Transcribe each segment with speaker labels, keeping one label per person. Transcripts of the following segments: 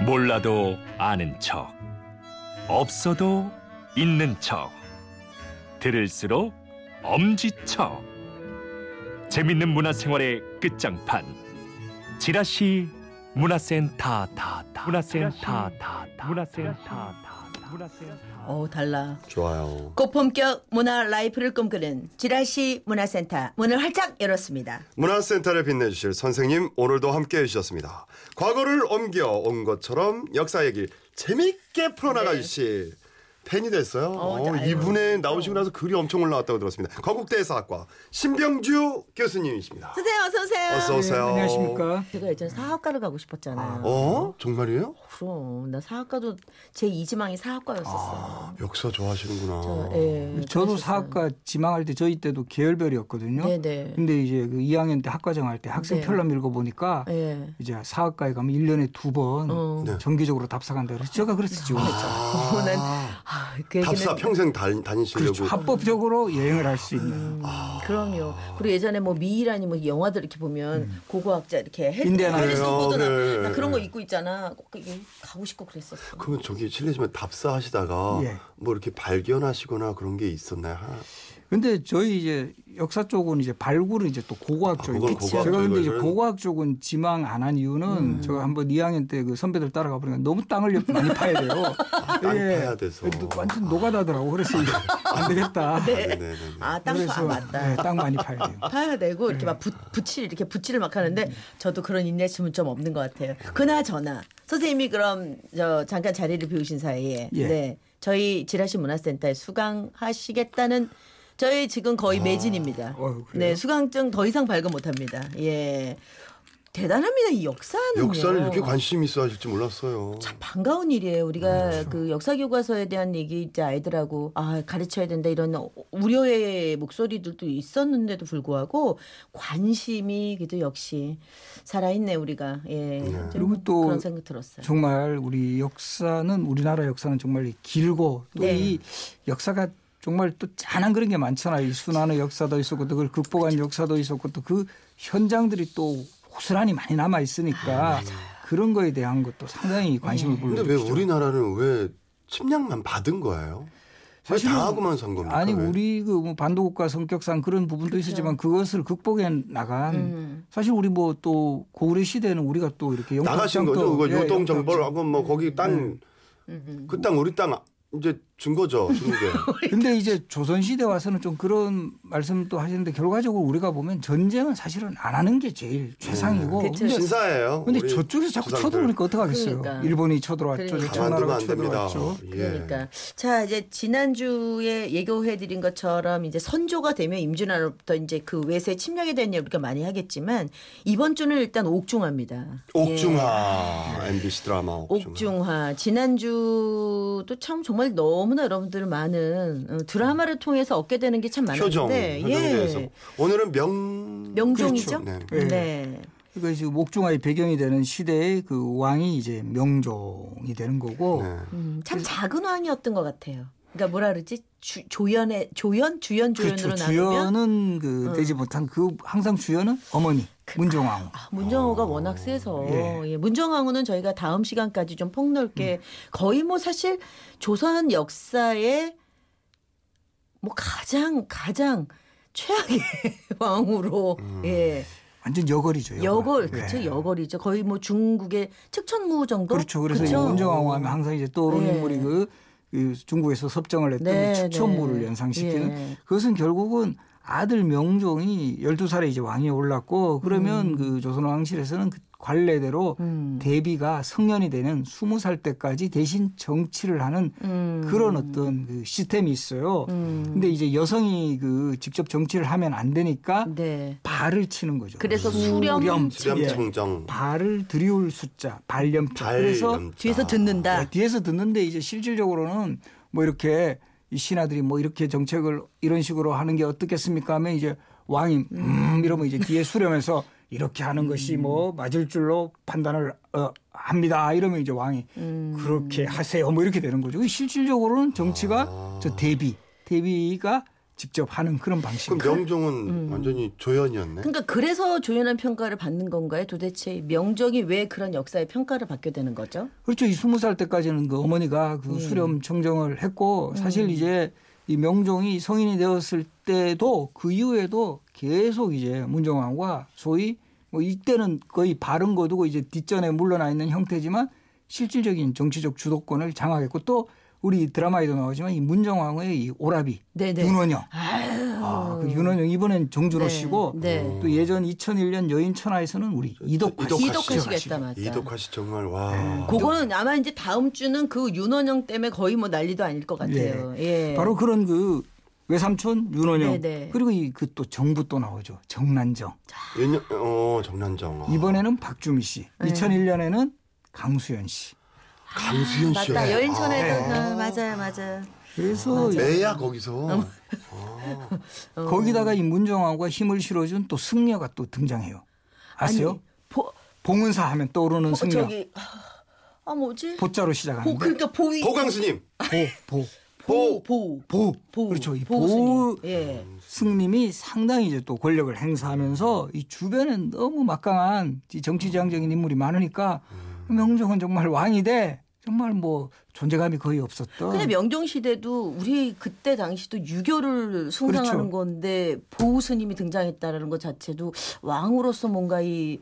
Speaker 1: 있어도 아는 척, 없어도 있는 척, 들을수록 엄지척. 재밌는 문화생활의 끝장판. 지라시 문화센터 다다 문화센터 다다 문화센터 다다 문화센터
Speaker 2: 어 달라.
Speaker 3: 좋아요.
Speaker 2: 고품격 문화 라이프를 꿈꾸는 지라시 문화센터 문을 활짝 열었습니다.
Speaker 3: 문화센터를 빛내주실 선생님 오늘도 함께해 주셨습니다. 과거를 옮겨온 것처럼 역사 얘기를 재밌게 풀어나가
Speaker 2: 네.
Speaker 3: 주실 팬이 됐어요.
Speaker 2: 어,
Speaker 3: 어,
Speaker 4: 네,
Speaker 2: 아유.
Speaker 3: 이분의 나오시고 나서 글이 엄청 올라왔다고 들었습니다. 건국대사학과 신병주 교수님이십니다.
Speaker 2: 선생님 어서 오세요.
Speaker 3: 어서 오세요.
Speaker 4: 아, 네, 안녕하십니까.
Speaker 2: 제가 예전 사학과를 가고 싶었잖아요.
Speaker 3: 어? 정말이에요?
Speaker 2: 그럼 나 사학과도 제 2지망이 사학과였었어요.
Speaker 3: 역사 좋아하시는구나.
Speaker 2: 저, 예,
Speaker 4: 저도
Speaker 2: 그랬었어요.
Speaker 4: 사학과 지망할 때 저희 때도 계열별이었거든요.
Speaker 2: 네네.
Speaker 4: 근데 이제 그 2학년 때 학과정 할 때 학생
Speaker 2: 네.
Speaker 4: 편람 읽어보니까
Speaker 2: 예.
Speaker 4: 이제 사학과에 가면 1년에 두 번
Speaker 2: 어.
Speaker 3: 네.
Speaker 4: 정기적으로 답사간다 그래서 제가 그래서 지원했죠.
Speaker 3: 아,
Speaker 2: 저는 아, 그 얘기는
Speaker 3: 답사 평생 다, 다니시려고.
Speaker 4: 그렇죠. 합법적으로 여행을 할 수 있는.
Speaker 2: 음, 그럼요. 그리고 예전에 뭐 미이라니 뭐 영화들 이렇게 보면 고고학자 이렇게 해
Speaker 4: 인디애나
Speaker 2: 해리슨
Speaker 3: 그래요.
Speaker 2: 포드 나,
Speaker 3: 네.
Speaker 2: 나 그런 거 입고 있잖아. 꼭 이게 가고 싶고 그랬었어.
Speaker 3: 그러면 저기 실례지만 답사하시다가
Speaker 4: 예.
Speaker 3: 뭐 이렇게 발견하시거나 그런 게 있었나요? 하나?
Speaker 4: 근데 저희 이제 역사 쪽은 이제 발굴은 이제 또 고고학
Speaker 3: 아,
Speaker 4: 쪽이고
Speaker 3: 그건 고고학
Speaker 4: 제가 근데 이제
Speaker 3: 쪽이고요.
Speaker 4: 고고학 쪽은 지망 안 한 이유는
Speaker 2: 음.
Speaker 4: 제가 한번 2학년 때 그 선배들 따라가 보니까 너무 땅을 옆- 많이 파야 돼요.
Speaker 3: 땅 파야 돼서.
Speaker 4: 완전 노가다더라고. 그래서 이제 안 되겠다.
Speaker 3: 네네네.
Speaker 2: 아, 땅도 안 맞다.
Speaker 4: 네, 땅 많이 파야 돼요.
Speaker 2: 파야 되고 이렇게 막 부, 부칠 이렇게 부칠을 막 하는데 저도 그런 인내심은 좀 없는 것 같아요. 그나저나 선생님이 그럼 저 잠깐 자리를 비우신 사이에
Speaker 4: 예.
Speaker 2: 네 저희 지라시 문화센터에 수강하시겠다는 저희 지금 거의 매진입니다.
Speaker 4: 어휴, 그래요?
Speaker 2: 네 수강증 더 이상 발급 못합니다. 예 대단합니다 이 역사는
Speaker 3: 역사를 이렇게 관심 있어 하실지 몰랐어요.
Speaker 2: 반가운 일이에요. 우리가
Speaker 4: 네, 그렇죠.
Speaker 2: 그 역사 교과서에 대한 얘기 이제 아이들하고 아 가르쳐야 된다 이런 우려의 목소리들도 있었는데도 불구하고 관심이 그래도 역시 살아있네 우리가 예. 좀
Speaker 4: 그리고 또
Speaker 2: 그런 생각 들었어요.
Speaker 4: 정말 우리 역사는 우리나라 역사는 정말 길고 또
Speaker 2: 네.
Speaker 4: 이 역사가 정말 또 짠한 그런 게 많잖아요. 이 순환의 역사도 있었고 또 그걸 극복한 역사도 있었고 또 그 현장들이 또 고스란히 많이 남아 있으니까 그런 거에 대한 것도 상당히 관심을 불러.
Speaker 3: 근데 왜 우리나라는 왜 침략만 받은 거예요? 왜
Speaker 4: 사실은-
Speaker 3: 당하고만 산 겁니까?
Speaker 4: 아니
Speaker 3: 왜?
Speaker 4: 우리 그 뭐 반도국가 성격상 그런 부분도 있었지만 그것을 극복해 나간
Speaker 2: 음.
Speaker 4: 사실 우리 뭐 또 고구려 시대는 우리가 또 이렇게 영토
Speaker 3: 나가신
Speaker 4: 확장도-
Speaker 3: 거죠? 그거
Speaker 4: 예, 네.
Speaker 3: 요동
Speaker 4: 영토
Speaker 3: 정벌 하고 뭐 거기
Speaker 2: 음, 음.
Speaker 3: 땅 그 땅 우리 땅 이제 준 거죠 중국에.
Speaker 4: 근데 이제 조선 시대 와서는 좀 그런 말씀도 하시는데 결과적으로 우리가 보면 전쟁은 사실은 안 하는 게 제일 최상이고
Speaker 2: 네. 그쵸.
Speaker 4: 근데,
Speaker 3: 신사예요.
Speaker 4: 근데
Speaker 3: 우리
Speaker 4: 저쪽에서 자꾸
Speaker 3: 조상들.
Speaker 4: 쳐들어오니까 어떡하겠어요.
Speaker 2: 그러니까.
Speaker 4: 일본이 쳐들어왔죠.
Speaker 2: 그러니까.
Speaker 3: 가만두면
Speaker 4: 청나라가
Speaker 3: 안 됩니다.
Speaker 4: 쳐들어왔죠.
Speaker 3: 예.
Speaker 2: 그러니까 자 이제 지난주에 예고해드린 것처럼 이제 선조가 되면 임진왜란부터 이제 그 외세 침략에 대한 얘기가 많이 하겠지만 이번 주는 일단 옥중화입니다. 예.
Speaker 3: 옥중화 MBC 드라마 옥중화.
Speaker 2: 옥중화 지난주도 참 정말 너무나 여러분들 많은 어, 드라마를 통해서 얻게 되는 게 참
Speaker 3: 음. 표정
Speaker 4: 예.
Speaker 2: 많았는데 예.
Speaker 3: 표정에 대해서 오늘은 명
Speaker 2: 명종이죠.
Speaker 3: 그렇죠.
Speaker 2: 네.
Speaker 4: 네. 그러니까 지금 목중화의 배경이 되는 시대에 그 왕이 이제 명종이 되는 거고
Speaker 3: 네.
Speaker 2: 음,
Speaker 4: 그
Speaker 2: 참 작은 왕이었던 것 같아요. 그러니까 뭐라 그러지 주, 조연의 조연 주연 조연으로
Speaker 4: 그렇죠.
Speaker 2: 나누면
Speaker 4: 주연은 그
Speaker 2: 음.
Speaker 4: 되지 못한 그 항상 주연은 어머니 문종왕후.
Speaker 2: 아, 문정호가 워낙 세서
Speaker 4: 어. 예. 음.
Speaker 2: 예, 문정왕후는 저희가 다음 시간까지 좀 폭넓게 거의 뭐 사실 조선 역사에 뭐 가장 가장 최악의 왕후로 예
Speaker 4: 완전 음, 여걸이죠.
Speaker 2: 여걸
Speaker 4: 네.
Speaker 2: 그쵸 여걸이죠 거의 뭐 중국의 측천무 정도
Speaker 4: 그렇죠. 그래서 이
Speaker 2: 그쵸?
Speaker 4: 문정왕후 하면 항상 이제 떠오르는
Speaker 2: 네.
Speaker 4: 인물이 그, 그 중국에서 섭정을 했던
Speaker 2: 네,
Speaker 4: 그 추천무를
Speaker 2: 네.
Speaker 4: 연상시키는
Speaker 2: 예.
Speaker 4: 그것은 결국은 아들 명종이 12살에 이제 왕위에 올랐고 그러면 그 조선 왕실에서는 그 관례대로
Speaker 2: 음.
Speaker 4: 대비가 성년이 되는 20살 때까지 대신 정치를 하는
Speaker 2: 음.
Speaker 4: 그런 어떤 그 시스템이 있어요.
Speaker 2: 음.
Speaker 4: 근데 이제 여성이 그 직접 정치를 하면 안 되니까
Speaker 2: 네
Speaker 4: 발을 치는 거죠.
Speaker 2: 그래서 음. 수렴,
Speaker 4: 수렴.
Speaker 3: 수렴
Speaker 4: 예.
Speaker 3: 청정
Speaker 4: 발을 들이울 숫자, 발염자.
Speaker 3: 발
Speaker 4: 그래서
Speaker 3: 염자.
Speaker 2: 뒤에서
Speaker 4: 네,
Speaker 2: 듣는다
Speaker 4: 뒤에서 듣는데 이제 실질적으로는 뭐 이렇게 이 신하들이 뭐 이렇게 정책을 이런 식으로 하는 게 어떻겠습니까 하면 이제 왕이 음 이러면 이제 뒤에 수렴해서 이렇게 하는 것이
Speaker 3: 음.
Speaker 4: 뭐 맞을 줄로 판단을 어, 합니다 이러면 이제 왕이
Speaker 3: 음. 아.
Speaker 4: 그렇게 하세요 뭐 이렇게 되는 거죠. 실질적으로는 정치가 저 대비 대비가 직접 하는 그런
Speaker 3: 그럼
Speaker 4: 방식입니다.
Speaker 3: 명종은 완전히 조연이었네.
Speaker 2: 그러니까 그래서 조연한 평가를 받는 건가요? 도대체 명정이 왜 그런 역사의 평가를 받게 되는 거죠?
Speaker 4: 그렇죠. 이 스무 살 때까지는 그 어머니가
Speaker 2: 예.
Speaker 4: 그 수렴 청정을 했고 사실 이제 이 명종이 성인이 되었을 때도 그 이후에도 계속 이제 문정왕과 소위 뭐 이때는 거의 바른 거두고 이제 뒷전에 물러나 있는 형태지만 실질적인 정치적 주도권을 장악했고 또 우리 드라마에도 나오지만 이 문정왕의 이 오라비
Speaker 2: 네네.
Speaker 4: 윤원영
Speaker 2: 아유.
Speaker 4: 아, 그 윤원영 이번엔 정준호
Speaker 2: 네,
Speaker 4: 씨고
Speaker 2: 네.
Speaker 4: 또 예전 2001년 여인 천하에서는 우리 이덕화 씨.
Speaker 3: 어. 이덕화
Speaker 2: 이독하시겠다 맞다.
Speaker 3: 이덕화 씨 정말 와.
Speaker 2: 네. 그거는 아마 이제 다음 주는 그 윤원영 때문에 거의 뭐 난리도 아닐 것 같아요. 예.
Speaker 4: 바로 그런 그 외삼촌 윤원영
Speaker 2: 네네.
Speaker 4: 그리고 이 그 또 정부 또 나오죠 정난정
Speaker 3: 윤여- 어 정난정. 아.
Speaker 4: 이번에는 박주미 씨
Speaker 2: 네.
Speaker 4: 2001년에는 강수연 씨
Speaker 3: 강수현 씨.
Speaker 2: 아,
Speaker 4: 그렇죠.
Speaker 2: 맞다.
Speaker 4: 네.
Speaker 2: 여인천에서
Speaker 3: 아,
Speaker 2: 아, 맞아요, 맞아요.
Speaker 4: 그래서
Speaker 3: 매야 거기서.
Speaker 4: 거기다가 이 문정왕과 힘을 실어준 또 승려가 또 등장해요 아세요?
Speaker 2: 아니, 보,
Speaker 4: 봉은사 하면 떠오르는
Speaker 2: 어,
Speaker 4: 승려
Speaker 2: 저기 아 뭐지? 보,
Speaker 4: 보자로 시작하는 데
Speaker 2: 그러니까 보위
Speaker 3: 보강스님.
Speaker 4: 보보
Speaker 2: 보, 보,
Speaker 4: 보,
Speaker 2: 보.
Speaker 4: 그렇죠 이
Speaker 2: 보우
Speaker 4: 보,
Speaker 2: 스님. 예.
Speaker 4: 승님이 상당히 이제 또 권력을 행사하면서 이 주변엔 너무 막강한 이 정치지향적인 인물이 많으니까 명종은 정말 왕이 돼 정말 뭐 존재감이 거의 없었던
Speaker 2: 근데 명종 시대도 우리 그때 당시도 유교를 숭상하는
Speaker 4: 그렇죠.
Speaker 2: 건데 보우 스님이 등장했다라는 것 자체도 왕으로서 뭔가 이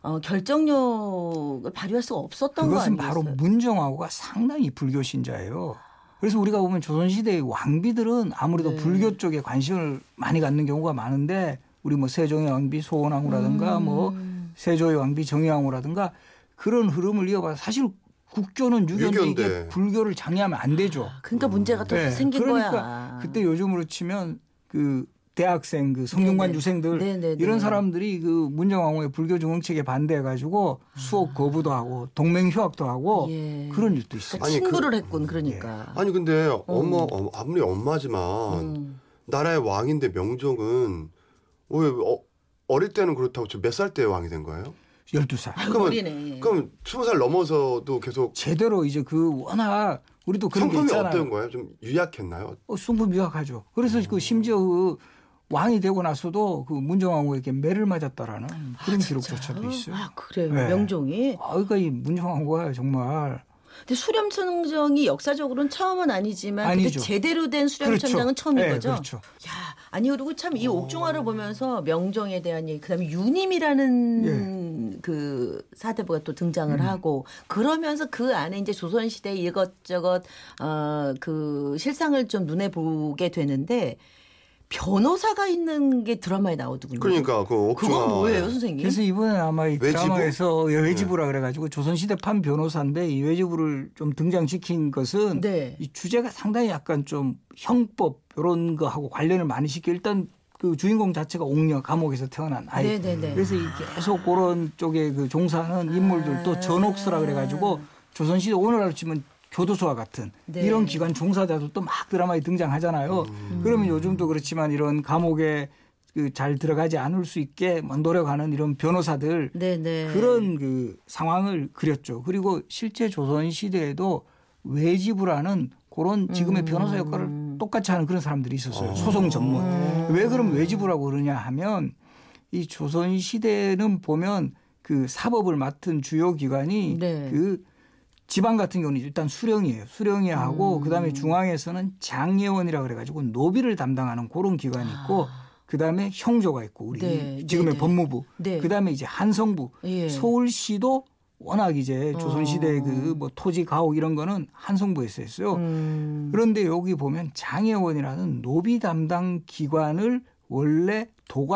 Speaker 2: 어, 결정력을 발휘할 수가 없었던 거
Speaker 4: 그것은
Speaker 2: 아니겠어요?
Speaker 4: 바로 문정왕후가 상당히 불교 신자예요. 그래서 우리가 보면 조선시대의 왕비들은 아무래도
Speaker 2: 네.
Speaker 4: 불교 쪽에 관심을 많이 갖는 경우가 많은데 우리 뭐 세종의 왕비 소원왕후라든가 뭐
Speaker 2: 음.
Speaker 4: 세조의 왕비 정의왕후라든가 그런 흐름을 이어봐서 사실 국교는 유교인데
Speaker 3: 유교인데.
Speaker 4: 이게 불교를 장려하면 안 되죠.
Speaker 2: 그러니까 문제가 더
Speaker 4: 네.
Speaker 2: 생긴
Speaker 4: 그러니까
Speaker 2: 거야.
Speaker 4: 그때 요즘으로 치면 그 대학생 그 성균관
Speaker 2: 네네.
Speaker 4: 유생들
Speaker 2: 네네네.
Speaker 4: 이런 사람들이 그 문정왕후의 불교 정책에 반대해 가지고 수업 거부도 하고 동맹 휴학도 하고
Speaker 2: 예.
Speaker 4: 그런 일도 있어요.
Speaker 2: 그러니까
Speaker 3: 아니, 예.
Speaker 2: 친구를 했군 그러니까.
Speaker 3: 아니 근데 엄마 어, 아무리 엄마지만
Speaker 2: 음.
Speaker 3: 나라의 왕인데 명종은 왜 어, 어릴 때는 그렇다고 지금 몇 살 때 왕이 된 거예요?
Speaker 4: 12살.
Speaker 3: 그러면-
Speaker 2: 어리네.
Speaker 3: 그럼 스무 살 넘어서도 계속
Speaker 4: 제대로 이제 그 워낙 우리도 그런 게
Speaker 3: 성품이
Speaker 4: 있잖아요.
Speaker 3: 어떤 거예요? 좀 유약했나요?
Speaker 4: 어, 성품 미약하죠. 그래서 그 심지어 그 왕이 되고 나서도 그 문정왕후에게 매를 맞았다라는
Speaker 2: 음.
Speaker 4: 그런 기록조차도 있어요.
Speaker 2: 아 그래요
Speaker 4: 네.
Speaker 2: 명종이.
Speaker 4: 아, 그러니까 이 문정왕후가 정말
Speaker 2: 근데 수렴천정이 역사적으로는 처음은 아니지만 근데
Speaker 4: 아니죠.
Speaker 2: 제대로 된 수렴천장은 처음인
Speaker 4: 네,
Speaker 2: 거죠.
Speaker 4: 그렇죠.
Speaker 2: 야 아니 그리고 참
Speaker 3: 어.
Speaker 2: 이 옥중화를 보면서 명정에 대한 얘기 그다음에 유님이라는
Speaker 3: 예.
Speaker 2: 그 사대부가 또
Speaker 3: 음.
Speaker 2: 등장을 하고 그러면서 그 안에 이제 조선 시대 이것저것 어그 실상을 좀 눈에 보게 되는데 변호사가 있는 게 드라마에 나오더군요.
Speaker 3: 그러니까 그 옥중아.
Speaker 2: 그건 뭐예요, 선생님?
Speaker 4: 그래서 이번에 아마 이
Speaker 3: 외지부? 네.
Speaker 4: 드라마에서 예, 외지부라 그래가지고 조선시대판 변호사인데 이 외지부를 좀 등장시킨 것은
Speaker 2: 네.
Speaker 4: 이 주제가 상당히 약간 좀 형법 이런 거하고 관련을 많이 시켜 일단 그 주인공 자체가 옥녀 감옥에서 태어난 아이.
Speaker 2: 네네네.
Speaker 4: 그래서 이 계속 그런 쪽에 그 종사하는 인물들도
Speaker 2: 아.
Speaker 4: 전옥수라 그래가지고 조선시대 오늘날로 치면 교도소와 같은
Speaker 2: 네.
Speaker 4: 이런 기관 종사자도 또 막 드라마에 등장하잖아요.
Speaker 2: 음.
Speaker 4: 그러면 요즘도 그렇지만 이런 감옥에 그 잘 들어가지 않을 수 있게 막 노력하는 이런 변호사들
Speaker 2: 네네.
Speaker 4: 그런 그 상황을 그렸죠. 그리고 실제 조선 시대에도 외지부라는 그런
Speaker 2: 음,
Speaker 4: 지금의 변호사 역할을 똑같이 하는 그런 사람들이 있었어요. 소송 전문.
Speaker 2: 음.
Speaker 4: 왜 그럼 외지부라고 그러냐 하면 이 조선 시대는 보면 그 사법을 맡은 주요 기관이
Speaker 2: 네.
Speaker 4: 그 지방 같은 경우는 일단 수령이에요. 수령이 하고 그다음에 중앙에서는 장예원이라 그래가지고 노비를 담당하는 그런 기관이 있고 그다음에 형조가 있고 우리
Speaker 2: 아. 네,
Speaker 4: 이
Speaker 2: 네,
Speaker 4: 지금의
Speaker 2: 네.
Speaker 4: 법무부
Speaker 2: 네.
Speaker 4: 그다음에 이제 한성부
Speaker 2: 예.
Speaker 4: 서울시도 워낙 이제 조선시대
Speaker 2: 어.
Speaker 4: 그 뭐 토지 가옥 이런 거는 한성부에서 했어요.
Speaker 2: 음.
Speaker 4: 그런데 여기 보면 장애원이라는 노비 담당 기관을 원래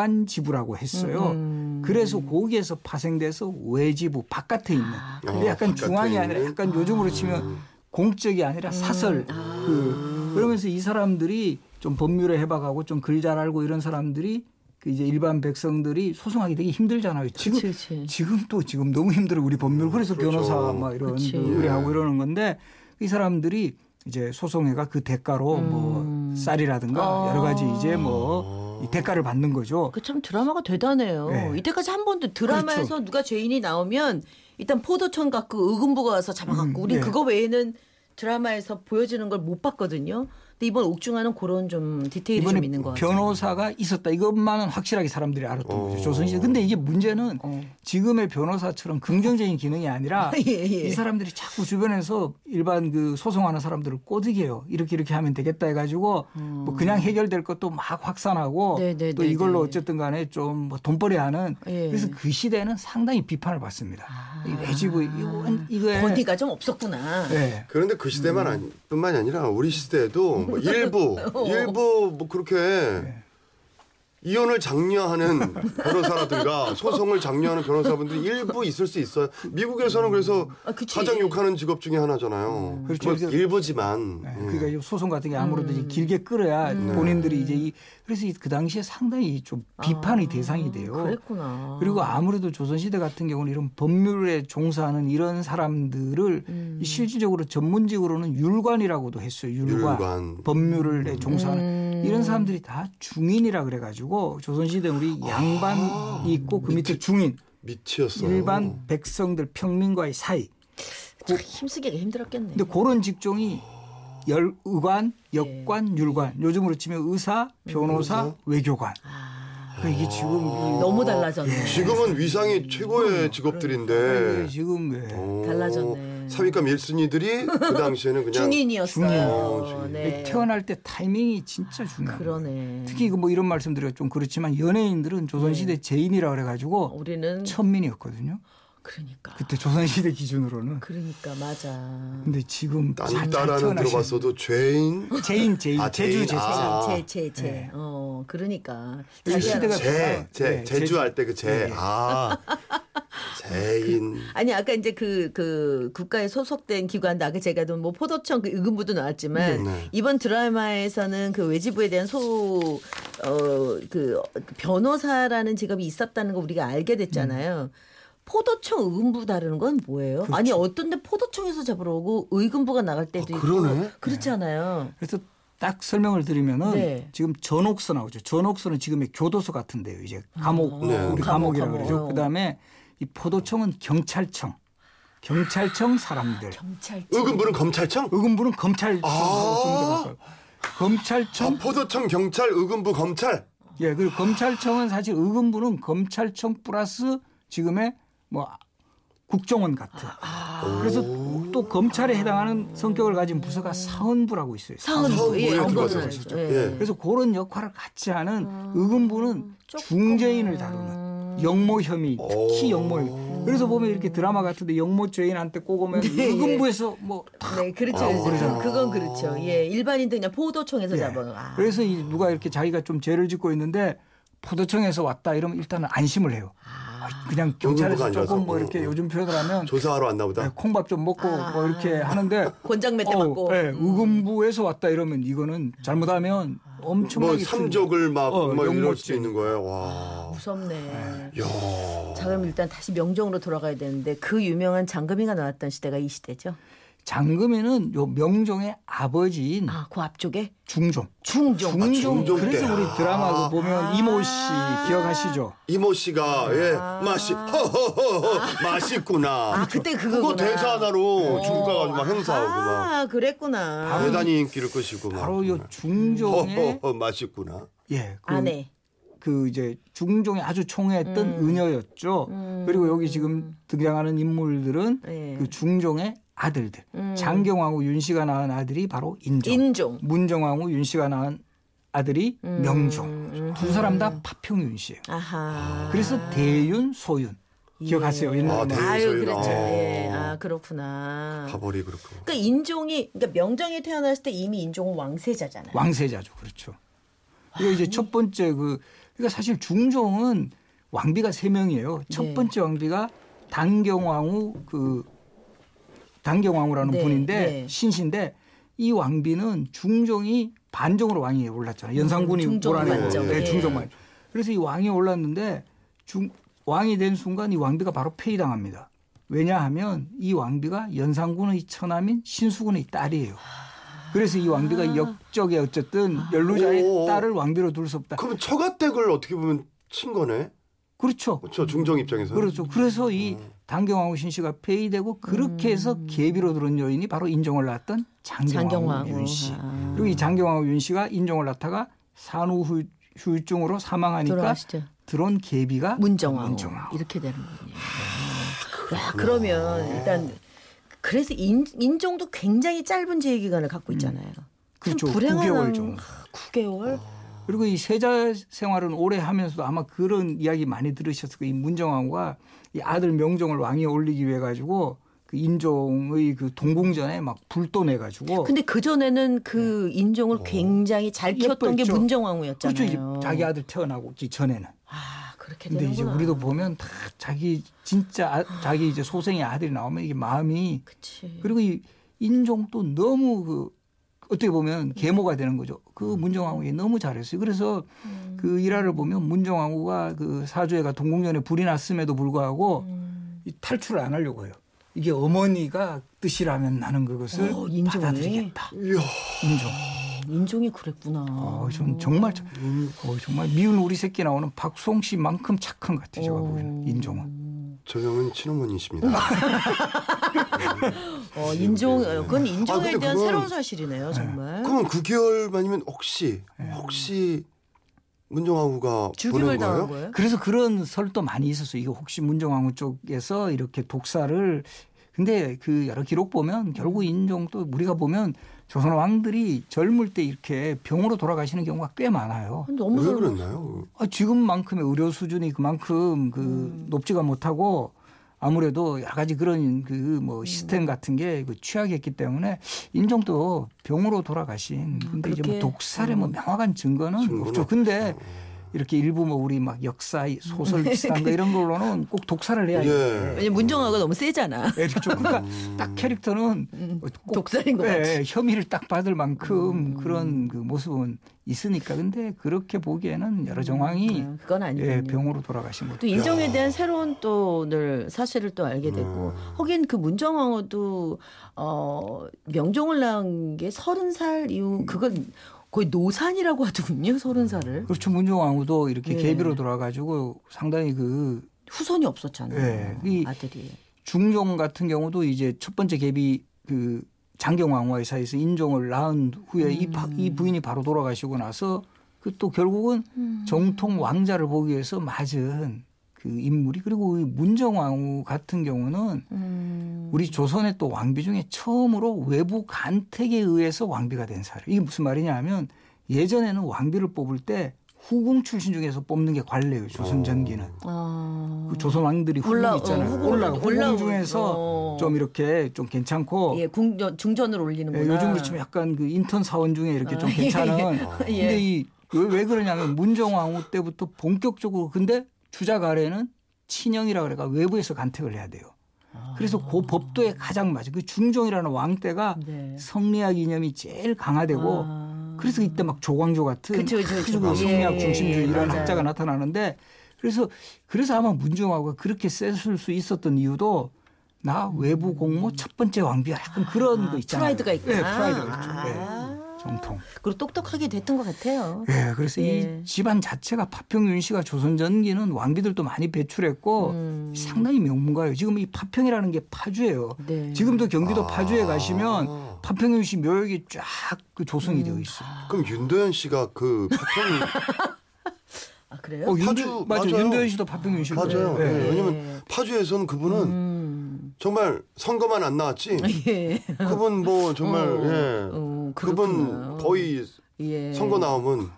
Speaker 4: 도관지부라고 했어요.
Speaker 2: 음.
Speaker 4: 그래서 거기에서 파생돼서 외지부 바깥에 있는 근데
Speaker 3: 아,
Speaker 4: 약간
Speaker 3: 바깥에
Speaker 4: 중앙이 아니라
Speaker 3: 있는?
Speaker 4: 약간 요즘으로 치면 공적이 아니라
Speaker 2: 음.
Speaker 4: 사설 그 그러면서 이 사람들이 좀 법률에 해박하고 좀 글 잘 알고 이런 사람들이 그 이제 일반 백성들이 소송하기 되게 힘들잖아요. 지금
Speaker 2: 그치, 그치.
Speaker 4: 지금 또 지금 너무 힘들어 우리 법률 그래서
Speaker 3: 그렇죠.
Speaker 4: 변호사 막 이런
Speaker 2: 그치.
Speaker 4: 그 의뢰하고 이러는 건데 이 사람들이 이제 소송해가 그 대가로 뭐 쌀이라든가
Speaker 2: 아.
Speaker 4: 여러 가지 이제 뭐 이 대가를 받는 거죠.
Speaker 2: 그 참 드라마가 대단해요.
Speaker 4: 네.
Speaker 2: 이때까지 한 번도 드라마에서
Speaker 4: 그렇죠.
Speaker 2: 누가 죄인이 나오면 일단 포도청 갖고 의금부가 와서 잡아갖고
Speaker 4: 음,
Speaker 2: 우리
Speaker 4: 네.
Speaker 2: 그거 외에는 드라마에서 보여지는 걸 못 봤거든요. 근데 근데 이번 옥중화는 그런 좀 디테일이
Speaker 4: 이번에
Speaker 2: 좀 있는 것 같아요.
Speaker 4: 변호사가 있었다 이것만은 확실하게 사람들이 알았던
Speaker 3: 오.
Speaker 4: 거죠 조선시대. 근데 이게 문제는
Speaker 2: 어.
Speaker 4: 지금의 변호사처럼 긍정적인 기능이 아니라
Speaker 2: 예, 예.
Speaker 4: 이 사람들이 자꾸 주변에서 일반 그 소송하는 사람들을 꼬드겨요. 이렇게 이렇게 하면 되겠다 해가지고 뭐 그냥 해결될 것도 막 확산하고
Speaker 2: 음. 네, 네,
Speaker 4: 또
Speaker 2: 네,
Speaker 4: 이걸로
Speaker 2: 네.
Speaker 4: 어쨌든 간에 좀 뭐 돈벌이하는
Speaker 2: 예.
Speaker 4: 그래서 그 시대는 상당히 비판을 받습니다.
Speaker 2: 아.
Speaker 4: 이 외지부 이건 이거에
Speaker 2: 권위가 좀 없었구나.
Speaker 4: 예.
Speaker 3: 그런데 그 시대만 아니, 뿐만이 아니라 우리 시대에도 뭐 일부 일부 뭐 그렇게 이혼을 장려하는 변호사라든가 소송을 장려하는 변호사분들이 일부 있을 수 있어요. 미국에서는 그래서
Speaker 2: 아, 그치.
Speaker 3: 가장 욕하는 직업 중에 하나잖아요.
Speaker 4: 그렇죠.
Speaker 3: 뭐 일부지만
Speaker 4: 네,
Speaker 3: 예.
Speaker 4: 그러니까 이 소송 같은 게 아무래도
Speaker 2: 음.
Speaker 4: 이제 길게 끌어야 본인들이 이제 이 그래서 이- 그 당시에 상당히 좀 비판의 대상이 돼요.
Speaker 2: 아. 그랬구나.
Speaker 4: 리고 아무래도 조선시대 같은 경우는 이런 법률에 종사하는 이런 사람들을
Speaker 2: 음.
Speaker 4: 이 실질적으로 전문직으로는 율관이라고도 했어요. 율관.
Speaker 3: 율관.
Speaker 4: 법률을 내
Speaker 2: 음.
Speaker 4: 종사하는 이런 사람들이 다 중인이라 그래가지고 조선시대 우리 양반 이 있고 그 아. 밑에 중인
Speaker 3: 미치였어요.
Speaker 4: 일반 백성들 평민과의 사이
Speaker 2: 참 힘쓰기가 힘들었겠네.
Speaker 4: 근데 그런 직종이 열 의관,
Speaker 2: 예.
Speaker 4: 역관, 율관. 요즘으로 치면 의사, 변호사, 외교관. 그러니까 예. 이게 지금 이-
Speaker 2: 아. 너무 달라졌네.
Speaker 3: 지금은 위상이 최고의 직업들인데
Speaker 4: 이게 지금 예.
Speaker 3: 어,
Speaker 2: 달라졌네.
Speaker 3: 사위감 일순위들이 그 당시에는 그냥
Speaker 2: 중인이었어요.
Speaker 3: 어, 중인.
Speaker 2: 네.
Speaker 4: 그
Speaker 2: 아,
Speaker 4: 태어날 때 타이밍이 진짜 중요해요.
Speaker 2: 그러네.
Speaker 4: 특히 이거 뭐 이런 말씀드려 좀 그렇지만 연예인들은 조선시대
Speaker 2: 네.
Speaker 4: 제인이라
Speaker 2: 어,
Speaker 4: 그래가지고
Speaker 2: 우리는
Speaker 4: 천민이었거든요.
Speaker 2: 그러니까.
Speaker 4: 그때 조선시대 기준으로는.
Speaker 2: 그러니까 맞아.
Speaker 4: 근데 지금 다
Speaker 3: 딴 따라는
Speaker 4: 태어나신-
Speaker 3: 들어봤어도 죄인
Speaker 4: 제인 제인
Speaker 3: 아,
Speaker 4: 제주
Speaker 3: 제인.
Speaker 4: 제사.
Speaker 3: 아.
Speaker 2: 제, 제, 제. 어, 그러니까.
Speaker 4: 이
Speaker 2: 자기
Speaker 4: 시대가
Speaker 2: 알아서.
Speaker 3: 제, 제
Speaker 4: 네,
Speaker 3: 제주
Speaker 4: 제주.
Speaker 3: 할 때 그 제. 아. 제인.
Speaker 2: 아니 아까 이제 그 그 국가에 소속된 기관도 아까 제가 뭐 포도청 그 의금부도 나왔지만
Speaker 3: 네.
Speaker 2: 이번 드라마에서는 그 외지부에 대한 소 어 그 변호사라는 직업이 있었다는 거 우리가 알게 됐잖아요.
Speaker 3: 음.
Speaker 2: 포도청 의금부 다루는 건 뭐예요?
Speaker 3: 그렇죠.
Speaker 2: 아니 어떤데 포도청에서 잡으러 오고 의금부가 나갈 때도
Speaker 3: 아, 그러네.
Speaker 2: 있고 그렇잖아요.
Speaker 4: 그래서 딱 설명을 드리면은
Speaker 2: 네.
Speaker 4: 지금 전옥서 나오죠. 전옥서는 지금의 교도소 같은데요. 이제 감옥
Speaker 3: 네.
Speaker 4: 우리
Speaker 2: 아, 감옥,
Speaker 4: 감옥이라고
Speaker 2: 감옥.
Speaker 4: 그러죠. 그다음에 이 포도청은 경찰청, 경찰청 사람들.
Speaker 2: 경찰청.
Speaker 3: 의금부는 검찰청?
Speaker 4: 의금부는 검찰청.
Speaker 3: 아.
Speaker 4: 검찰청
Speaker 3: 포도청 경찰 의금부 검찰.
Speaker 4: 예 그리고 검찰청은 사실 의금부는 검찰청 플러스 지금의 뭐 국정원 같은. 그래서 또 검찰에 해당하는 성격을 가진 부서가 사헌부라고 있어요.
Speaker 2: 사은부
Speaker 3: 사은부에
Speaker 2: 예,
Speaker 3: 들어가서
Speaker 2: 그거는
Speaker 3: 진짜.
Speaker 2: 알죠.
Speaker 3: 예.
Speaker 4: 그래서 그런 역할을 같이 하는 의금부는 음. 중재인을 다루는 영모 혐의 특히 영모 혐의 그래서 보면 이렇게 드라마 같은데 영모 죄인한테 꼬고면
Speaker 2: 네,
Speaker 4: 의금부에서 뭐
Speaker 2: 네, 그렇죠.
Speaker 3: 아, 그러잖아요.
Speaker 2: 그건 그렇죠. 예, 일반인들 그냥 포도청에서
Speaker 4: 예.
Speaker 2: 잡아요. 아.
Speaker 4: 그래서 이 누가 이렇게 자기가 좀 죄를 짓고 있는데 포도청에서 왔다 이러면 일단은 안심을 해요 아, 그냥 경찰에서
Speaker 3: 의금부가 아니라서.
Speaker 4: 조금 뭐 이렇게
Speaker 3: 어, 어.
Speaker 4: 요즘 표현을 하면
Speaker 3: 조사하러 왔나
Speaker 4: 네,
Speaker 3: 보다.
Speaker 4: 콩밥 좀 먹고
Speaker 2: 아.
Speaker 4: 뭐 이렇게 하는데
Speaker 2: 권장매 때
Speaker 4: 어우,
Speaker 2: 맞고. 음.
Speaker 4: 예, 의금부에서 왔다 이러면 이거는 잘못하면
Speaker 2: 아.
Speaker 3: 뭐
Speaker 4: 엄청나게
Speaker 3: 삼족을 막
Speaker 4: 어,
Speaker 3: 뭐 이럴 수도
Speaker 4: 영모죄.
Speaker 3: 있는 거예요. 와.
Speaker 2: 무섭네.
Speaker 4: 예.
Speaker 3: 야.
Speaker 2: 자 그럼 일단 다시 명정으로 돌아가야 되는데 그 유명한 장금이가 나왔던 시대가 이 시대죠.
Speaker 4: 장금이는 요 명종의 아버지인
Speaker 2: 아 그 앞쪽에
Speaker 4: 중종.
Speaker 2: 중종. 아.
Speaker 4: 중종.
Speaker 3: 아, 중종 때.
Speaker 4: 그래서 우리 드라마 그 보면 이모 씨 기억하시죠?
Speaker 3: 이모 씨가 예 맛이 허허허 맛있구나.
Speaker 2: 아, 그때
Speaker 3: 그거
Speaker 2: 그거구나. 어.
Speaker 3: 대사 하나로 어, 중국 가가지고 막 행사하고 막
Speaker 2: 아 그랬구나. 음,
Speaker 4: 바로
Speaker 3: 대단히 인기를 끄시고 막. 음.
Speaker 4: 바로 요 중종의
Speaker 3: 허허허 맛있구나.
Speaker 4: 예, 그,
Speaker 2: 아내. 네.
Speaker 4: 그 이제 중종이 아주 총애했던
Speaker 2: 음.
Speaker 4: 은여였죠. 그리고 여기 지금 등장하는 인물들은
Speaker 2: 예. 음.
Speaker 4: 그 중종의 아들들. 장경왕후 윤씨가 낳은 아들이 바로 인종.
Speaker 2: 인종.
Speaker 4: 문정왕후 윤씨가 낳은 아들이
Speaker 2: 음.
Speaker 4: 명종. 두 사람 다 파평윤 씨예요.
Speaker 2: 아하.
Speaker 4: 그래서 대윤, 소윤 기억하세요
Speaker 3: 아,
Speaker 4: 옛날에
Speaker 3: 대윤,
Speaker 2: 아유
Speaker 3: 소윤.
Speaker 2: 그렇죠.
Speaker 3: 아.
Speaker 2: 예. 아 그렇구나.
Speaker 3: 가버리 그렇고.
Speaker 2: 그러니까 인종이 그러니까 명정이 태어났을 때 이미 인종은 왕세자잖아요.
Speaker 4: 왕세자죠 그렇죠. 이게 이제 첫 번째 그 그러니까 사실 중종은 왕비가 세 명이에요.
Speaker 2: 네.
Speaker 4: 첫 번째 왕비가 단경왕후 그 단경왕후라는
Speaker 2: 네,
Speaker 4: 분인데
Speaker 2: 네.
Speaker 4: 신신데 이 왕비는 중종이 반정으로 왕위에 올랐잖아요. 연산군이
Speaker 2: 음, 중종
Speaker 4: 오라는
Speaker 3: 반정,
Speaker 4: 네,
Speaker 2: 예.
Speaker 4: 중종 반. 그래서 이 왕이 올랐는데 중 왕이 된 순간 이 왕비가 바로 폐위당합니다. 왜냐하면 이 왕비가 연산군의 처남인 신수군의 딸이에요. 그래서 이 왕비가
Speaker 2: 아.
Speaker 4: 역적에 어쨌든 연루자의
Speaker 3: 오.
Speaker 4: 딸을 왕비로 둘 수 없다.
Speaker 3: 그럼 처가댁을 어떻게 보면 친 거네.
Speaker 4: 그렇죠.
Speaker 3: 그렇죠. 뭐 중종 입장에서.
Speaker 4: 그렇죠. 그래서 이 장경왕후 신씨가 폐위되고 그렇게 해서 계비로 들은 여인이 바로 인종을 낳았던 장경왕후
Speaker 2: 음. 장경왕후.
Speaker 4: 윤씨.
Speaker 2: 아.
Speaker 4: 그리고 이 장경왕후 윤씨가 인종을 낳다가 산후후유증으로 사망하니까
Speaker 2: 돌아가시죠.
Speaker 4: 들어온 계비가
Speaker 2: 문정왕후.
Speaker 4: 문정왕후.
Speaker 2: 이렇게 되는 거군요. 야, 그러면 일단 그래서 인, 인종도 굉장히 짧은 재위 기간을 갖고 있잖아요.
Speaker 4: 음. 그렇죠.
Speaker 2: 참 불행한
Speaker 4: 9개월 정도. 어.
Speaker 2: 9개월.
Speaker 4: 그리고 이 세자 생활은 오래 하면서도 아마 그런 이야기 많이 들으셨을 거예요. 이 문정왕후가 이 아들 명종을 왕위에 올리기 위해 가지고 그 인종의 그 동공전에 막 불돈해 가지고
Speaker 2: 근데 그 전에는 그 인종을 굉장히 잘 키웠던 게
Speaker 4: 네. 어. 예뻤죠.
Speaker 2: 문정왕후였잖아요.
Speaker 4: 그렇죠. 이제 자기 아들 태어나기 전에는.
Speaker 2: 아 그렇게
Speaker 4: 근데
Speaker 2: 되는구나.
Speaker 4: 이제 우리도 보면 다 자기 진짜 아, 자기 이제 소생의 아들이 나오면 이게 마음이
Speaker 2: 그치.
Speaker 4: 그리고 이 인종도 너무 그 어떻게 보면 계모가 되는 거죠. 그 문정왕후가 너무 잘했어요. 그래서 그 일화를 보면 문정왕후가 그 사주애가 동궁전에 불이 났음에도 불구하고 이 탈출을 안 하려고 해요. 이게 어머니가 뜻이라면 나는 그것을
Speaker 2: 어, 인종이? 네,
Speaker 4: 받아들이겠다.
Speaker 3: 이야,
Speaker 4: 인종.
Speaker 2: 인종이 그랬구나.
Speaker 4: 어, 전 정말 참- 어, 정말 미운 우리 새끼 나오는 박수홍 씨만큼 착한 것 같아요. 제가 보기에는 인종은.
Speaker 3: 저 형은 친어머니십니다.
Speaker 2: 음.
Speaker 3: 아,
Speaker 4: 네,
Speaker 2: 어, 인종, 어, 그건 인종에
Speaker 3: 아, 근데
Speaker 2: 대한
Speaker 3: 그건-
Speaker 2: 새로운 사실이네요, 정말.
Speaker 3: 그럼 9개월만이면 혹시
Speaker 2: 예.
Speaker 3: 혹시 문정아우가
Speaker 2: 죽임을
Speaker 3: 보낸
Speaker 2: 당한
Speaker 3: 거예요?
Speaker 2: 거예요?
Speaker 4: 그래서 그런 설도 많이 있었어요. 이거 혹시 문정왕후 쪽에서 이렇게 독사를 근데 그 여러 기록 보면 결국 인종 또 우리가 보면 조선 왕들이 젊을 때 이렇게 병으로 돌아가시는 경우가 꽤 많아요.
Speaker 2: 너무
Speaker 3: 왜
Speaker 2: 놀라-
Speaker 3: 그랬나요?
Speaker 4: 아, 지금만큼의 의료 수준이 그만큼 그
Speaker 2: 음.
Speaker 4: 높지가 못하고 아무래도 여러 가지 그런 그
Speaker 2: 네.
Speaker 4: 뭐 시스템 같은 게그 취약했기 때문에 인종도 병으로 돌아가신. 근데 이제 뭐
Speaker 2: 그렇게? 음.
Speaker 4: 독살의 뭐 명확한 증거는
Speaker 3: 증거는
Speaker 4: 없죠. 근데 이렇게 일부 뭐 우리 막 역사
Speaker 2: 음.
Speaker 4: 소설 비슷한 거 이런 걸로는 꼭 독살을 해야 돼.
Speaker 3: 예.
Speaker 2: 왜냐면 문정아가 너무 세잖아.
Speaker 4: 예, 그렇죠. 그러니까 딱 캐릭터는 꼭
Speaker 2: 음. 독살인 것
Speaker 4: 예,
Speaker 2: 같이. 음.
Speaker 4: 예, 혐의를 딱 받을 만큼 그런 그 모습은 있으니까 근데 그렇게 보기에는 여러 정황이
Speaker 2: 아, 그건 아니군요.
Speaker 4: 예, 병으로 돌아가신 거죠.
Speaker 2: 또 인정에 대한 새로운 또 늘 사실을 또 알게 됐고
Speaker 4: 음.
Speaker 2: 하긴 그 문정왕후도 어 명종을 낳은 게 서른 살
Speaker 4: 음.
Speaker 2: 이후 그건 거의 노산이라고 하더군요 서른 살을
Speaker 4: 그렇죠. 문종왕후도 이렇게
Speaker 2: 예.
Speaker 4: 계비로 돌아가지고 상당히 그
Speaker 2: 후손이 없었잖아요
Speaker 4: 예, 이-
Speaker 2: 아들이
Speaker 4: 중종 같은 경우도 이제 첫 번째 계비 그 장경왕후와의 사이에서 인종을 낳은 후에 이, 파- 이
Speaker 2: 음.
Speaker 4: 부인이 바로 돌아가시고 나서 그 또 결국은
Speaker 2: 음.
Speaker 4: 정통 왕자를 보기 위해서 맞은 그 인물이 그리고 이 문정왕후 같은 경우는
Speaker 2: 음.
Speaker 4: 우리 조선의 또 왕비 중에 처음으로 외부 간택에 의해서 왕비가 된 사례. 이게 무슨 말이냐 하면 예전에는 왕비를 뽑을 때 후궁 출신 중에서 뽑는 게 관례예요. 조선 전기는.
Speaker 2: 아...
Speaker 4: 그 조선 왕들이 후궁
Speaker 2: 올라- 어,
Speaker 4: 있잖아요.
Speaker 2: 후궁,
Speaker 4: 올라가 후궁
Speaker 2: 올라오죠.
Speaker 4: 중에서 좀 이렇게 좀 괜찮고
Speaker 2: 예, 궁, 중전을
Speaker 4: 예,
Speaker 2: 올리는구나
Speaker 4: 요즘으로 치면 약간 그 인턴 사원 중에 이렇게 좀
Speaker 2: 아,
Speaker 4: 괜찮은.
Speaker 2: 예.
Speaker 4: 근데 이 왜 그러냐면 문정왕후 때부터 본격적으로 근데 주작 아래는 친형이라 그래가 외부에서 간택을 해야 돼요. 그래서 그 법도에 가장 맞아. 그 중종이라는 왕 때가
Speaker 2: 네.
Speaker 4: 성리학 이념이 제일 강화되고
Speaker 2: 아.
Speaker 4: 그래서 이때 막 조광조 같은
Speaker 2: 그쵸, 그쵸, 그쵸.
Speaker 4: 아주 성리학
Speaker 2: 예,
Speaker 4: 중심주의
Speaker 2: 예,
Speaker 4: 이런
Speaker 2: 맞아요.
Speaker 4: 학자가 나타나는데 그래서 그래서 아마 문정왕후가 그렇게 셌을 수 있었던 이유도 나 외부 공모 첫 번째 왕비야 약간 그런 거 있잖아요.
Speaker 2: 프라이드가 있구나.
Speaker 4: 예, 프라이드가 있죠.
Speaker 2: 아.
Speaker 4: 예. 정통.
Speaker 2: 그리고 똑똑하게 됐던 것 같아요
Speaker 4: 예, 그래서
Speaker 2: 예.
Speaker 4: 이 집안 자체가 파평윤 씨가 조선 전기는 왕비들도 많이 배출했고
Speaker 2: 음.
Speaker 4: 상당히 명문가예요. 지금 이 파평이라는 게 파주예요.
Speaker 2: 네.
Speaker 4: 지금도 경기도
Speaker 3: 아.
Speaker 4: 파주에 가시면 파평윤 씨 묘역이 쫙 그 조성이
Speaker 2: 음.
Speaker 4: 되어 있어요.
Speaker 3: 그럼 윤도현 씨가 그 파평
Speaker 2: 아 그래요? 네.
Speaker 4: 어,
Speaker 3: 파주,
Speaker 4: 윤도, 맞아요.
Speaker 3: 맞아요.
Speaker 4: 윤도현 씨도 파평윤 씨고.
Speaker 3: 맞아요.
Speaker 4: 예.
Speaker 3: 예, 왜냐면 파주에서는 그분은 정말 선거만 안 나왔지.
Speaker 2: 음. 예.
Speaker 3: 그분 뭐 정말
Speaker 2: 어,
Speaker 3: 예.
Speaker 2: 어, 그렇구나.
Speaker 3: 그분 거의
Speaker 2: 예.
Speaker 3: 선거 나오면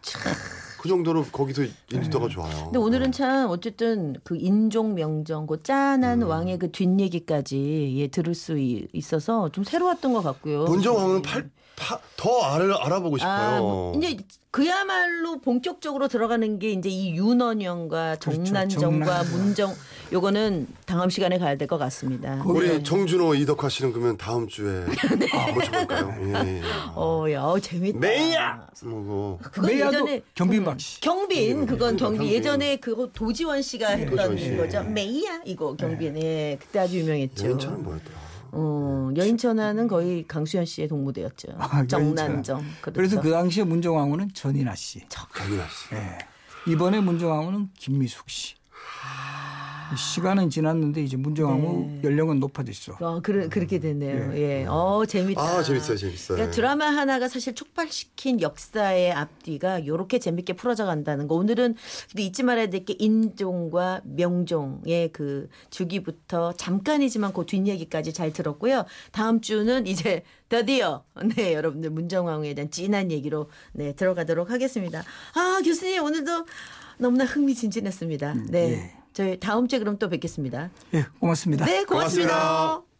Speaker 3: 그 정도로 거기서 인지도가 좋아요.
Speaker 2: 근데 오늘은 참 어쨌든 그 인종 명정 그 짠한
Speaker 3: 음.
Speaker 2: 왕의 그 뒷얘기까지 예 들을 수 이- 있어서 좀 새로웠던 것 같고요.
Speaker 3: 문정왕후는 팔, 파, 더 알을 알아보고
Speaker 2: 어. 아,
Speaker 3: 싶어요.
Speaker 2: 뭐 이제 그야말로 본격적으로 들어가는 게 이제 이 윤원영과
Speaker 4: 그렇죠.
Speaker 2: 정난정과
Speaker 4: 정난정.
Speaker 2: 문정 요거는 다음 시간에 가야 될 것 같습니다.
Speaker 3: 우리 정준호 이덕화 씨는 그러면 다음 주에
Speaker 2: 네.
Speaker 3: 모셔볼까요? 예, 예.
Speaker 2: 어, 야, 어, 재밌다.
Speaker 3: 메이야! 뭐고.
Speaker 2: 그건
Speaker 4: 메야도
Speaker 2: 예전에 음.
Speaker 4: 경빈박 씨.
Speaker 2: 경빈 그건 경빈
Speaker 3: 경빈.
Speaker 2: 예전에 그거 도지원 씨가 했던
Speaker 3: 도지원 씨.
Speaker 2: 거죠. 메이야 이거 경빈 예 그때 아주 유명했죠.
Speaker 3: 연차는 뭐였더라?
Speaker 2: 어, 여인천하는 거의 강수현 씨의 동무대였죠.
Speaker 4: 아,
Speaker 2: 정난정. 그렇죠.
Speaker 4: 그래서 그 당시에 문정왕후는 전인아 씨.
Speaker 2: 네.
Speaker 3: 장인아 씨.
Speaker 4: 이번에 문정왕후는 김미숙 씨. 시간은 지났는데 이제 문정왕후
Speaker 2: 네.
Speaker 4: 연령은 높아졌어.
Speaker 2: 어, 그러, 그렇게 됐네요. 예. 어, 재밌다.
Speaker 3: 아, 재밌어요, 재밌어요.
Speaker 2: 그러니까 드라마 하나가 사실 촉발시킨 역사의 앞뒤가 요렇게 재밌게 풀어져 간다는 거. 오늘은 근데 잊지 말아야 될 게 인종과 명종의 그 주기부터 잠깐이지만 그 뒷얘기까지 잘 들었고요. 다음 주는 이제 드디어 네, 여러분들 문정왕후에 대한 진한 얘기로 네, 들어가도록 하겠습니다. 아, 교수님 오늘도 너무나 흥미진진했습니다. 네. 저희 다음 주에 그럼 또 뵙겠습니다.
Speaker 4: 예, 고맙습니다.
Speaker 2: 네, 고맙습니다.
Speaker 3: 고맙습니다.